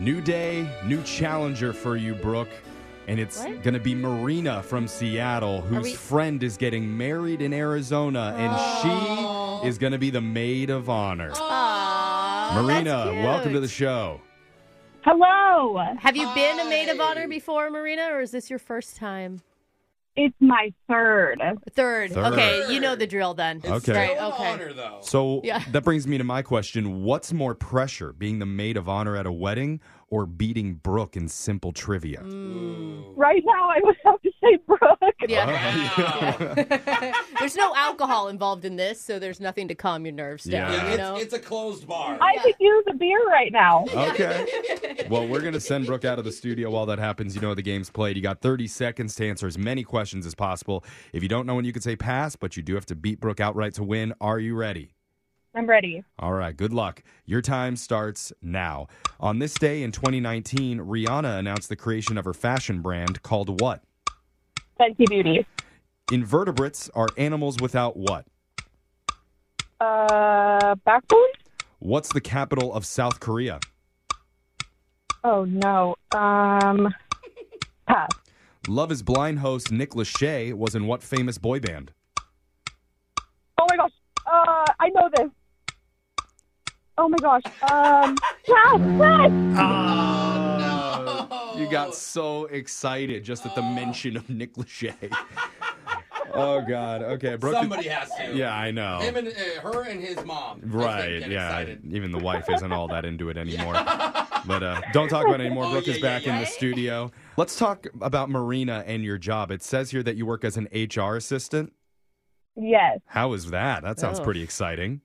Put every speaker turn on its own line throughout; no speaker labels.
New day, new challenger for you, Brooke. And it's
What?
going to be Marina from Seattle, whose
we-
friend is getting married in Arizona,
Oh.
and she is going to be the maid of honor. Marina,
Oh, cute.
welcome to the show.
Hello.
Have you been a maid of honor before, Marina, or is this your first time?
It's my third.
Third.
Third.
Okay, you know the drill then.
Okay.
Right, okay.
though.
So
Yeah.
that brings me to my question What's more pressure, being the maid of honor at a wedding or beating Brooke in simple trivia?
Mm.
Right now, I would have to say Brooke.
Yeah.
Oh, yeah.
There's no alcohol involved in this, so there's nothing to calm your nerves down,
Yeah.
you
It's,
know?
it's a closed bar.
I could use a beer right now.
Okay. Well, we're going to send Brooke out of the studio while that happens. You know the game's played. You got 30 seconds to answer as many questions as possible. If you don't know when you can say pass, but you do have to beat Brooke outright to win. Are you ready?
I'm ready.
All right, good luck. Your time starts now. On this day in 2019, Rihanna announced the creation of her fashion brand called what?
Fenty Beauty.
Invertebrates are animals without what?
Uh, backbone?
What's the capital of South Korea?
Oh, no. Um, pass.
Love is Blind host Nick Lachey was in what famous boy band?
Oh, my gosh. Uh, I know this. Oh, my gosh. Um, pass, pass.
Ah,
Oh, You got so excited just at the
Oh.
mention of Nick Lachey. oh God. Okay, Brooke.
Somebody has to.
Yeah, I know.
Him and uh, her and his mom. That's what
right.
get
Yeah.
excited.
Even the wife isn't all that into it anymore. But uh, don't talk about it anymore.
Oh,
Brooke
yeah,
is
yeah,
back in
yeah.
the studio. Let's talk about Marina and your job. It says here that you work as an HR assistant.
Yes.
How is that? That sounds
Oh.
pretty exciting.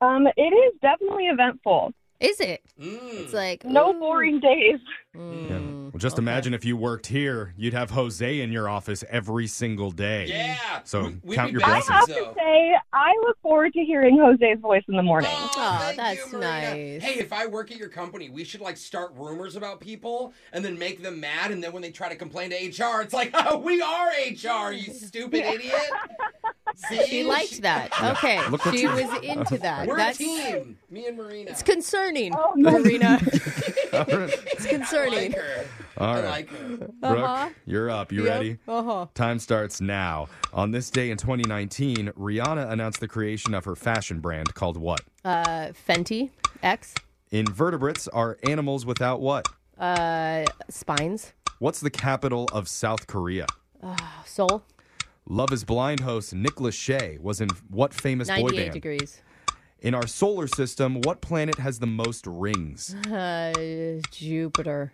Um, it is definitely eventful.
is it?
Mm.
It's like
No
ooh.
boring days.
Mm,
Yeah. Well, just
okay.
imagine if you worked here, you'd have Jose in your office every single day.
Yeah.
So
We- we'd
count
be
your
back.
I have
blessings.
to say, I look forward to hearing Jose's voice in the morning.
Aw,
Oh, thank
that's
you, Marina.
nice.
Hey, if I work at your company, we should like start rumors about people and then make them mad. And then when they try to complain to HR, it's like, oh, we are HR, you stupid idiot. See?
She liked that. Okay.
Look what
she
you-
was into that.
We're
That's
a team. Me and Marina.
it's concerning,
Oh, my-
Marina.
All right.
It's
I like
concerning.
her.
All
I
right.
like her.
Brooke,
Uh-huh.
you're up. You ready?
Uh-huh.
Time starts now. On this day in 2019, Rihanna announced the creation of her fashion brand called what?
Uh Fenty X
Invertebrates are animals without what?
uh spines.
What's the capital of South Korea?
Oh, soul.
Love is Blind host Nick Lachey was in what famous boy
98
band?
degrees.
In our solar system, what planet has the most rings?
Uh Jupiter.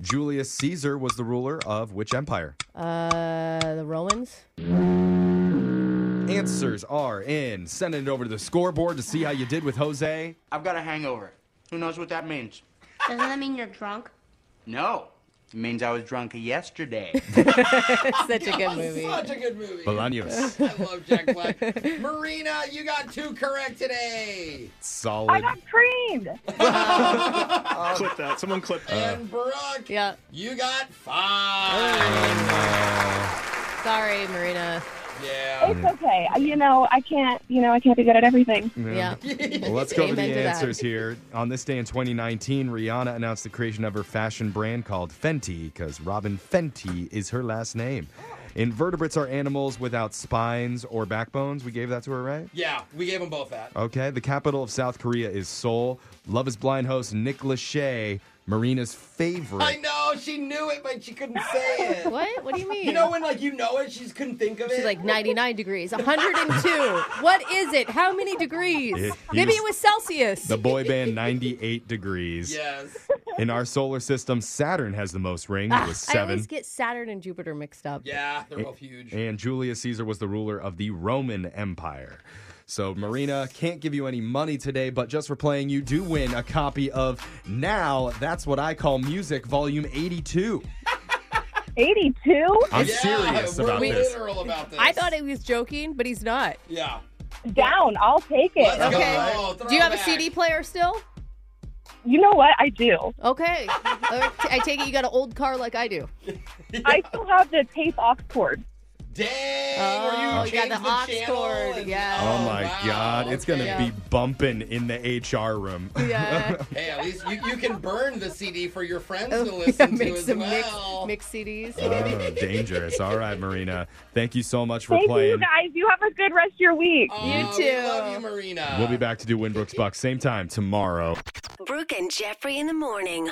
Julius Caesar was the ruler of which empire?
Uh the Romans.
Answers are in. Send it over to the scoreboard to see how you did with Jose.
I've got a hangover. Who knows what that means?
Doesn't that mean you're drunk?
No. It means I was drunk yesterday.
Such a good movie.
Such a good movie.
Bolaños.
I love Jack Black. Marina, you got two correct today.
I
Solid.
got creamed.
clip that. Someone clip
Uh.
that.
and Brooke,
Yeah.
you got five.
Sorry, Marina.
Yeah.
It's okay. You know, I can't. You know, I can't be good at everything.
Mm.
Yeah.
Well, let's go over
Amen
the
to that.
answers here. On this day in 2019, Rihanna announced the creation of her fashion brand called Fenty because Robin Fenty is her last name. Invertebrates are animals without spines or backbones. We gave that to her, right?
Yeah, we gave them both that.
Okay. The capital of South Korea is Seoul. Love is Blind host Nick Lachey, Marina's
I
favorite.
know, she knew it, but she couldn't say it.
What? What do you mean?
You know when like you know it, she just couldn't think of it.
She's like 99 degrees, 102. what is it? How many degrees?
It- he
Maybe
was-
it was Celsius.
The boy band 98 Degrees.
Yes.
In our solar system, Saturn has the most rings with
I
seven.
always get Saturn and Jupiter mixed up.
Yeah, they're both huge.
and Julius Caesar was the ruler of the Roman Empire. So, Marina, can't give you any money today, but just for playing, you do win a copy of Now That's What I Call Music, Volume 82.
82?
I'm
Yeah,
serious
we're
about this.
literal about this.
I thought he was joking, but he's not.
Yeah.
Down. I'll take it.
Let's go.
Okay.
Oh,
do you have a
throwback.
CD player still?
You know what? I do.
Okay. Uh, t- I take it you got an old car like I do.
I still have the tape off cord.
Dang, or
Oh,
you
you got
changed
the aux
channel
cord,
and-
yeah.
Oh, my
wow,
God. It's going to
okay.
be bumping in the HR room.
Yeah.
Hey, at least you, you can burn the CD for your friends to
Oh,
listen
yeah,
to
make
as
some
well.
mix, mix CDs.
Oh, dangerous. All right, Marina. Thank you so much for
Thank you
playing.
guys. You have a good rest of your week.
Oh,
You
we
too.
love you, Marina.
We'll be back to do Winbrook's Bucks same time tomorrow.
Brooke and Jeffrey in the morning.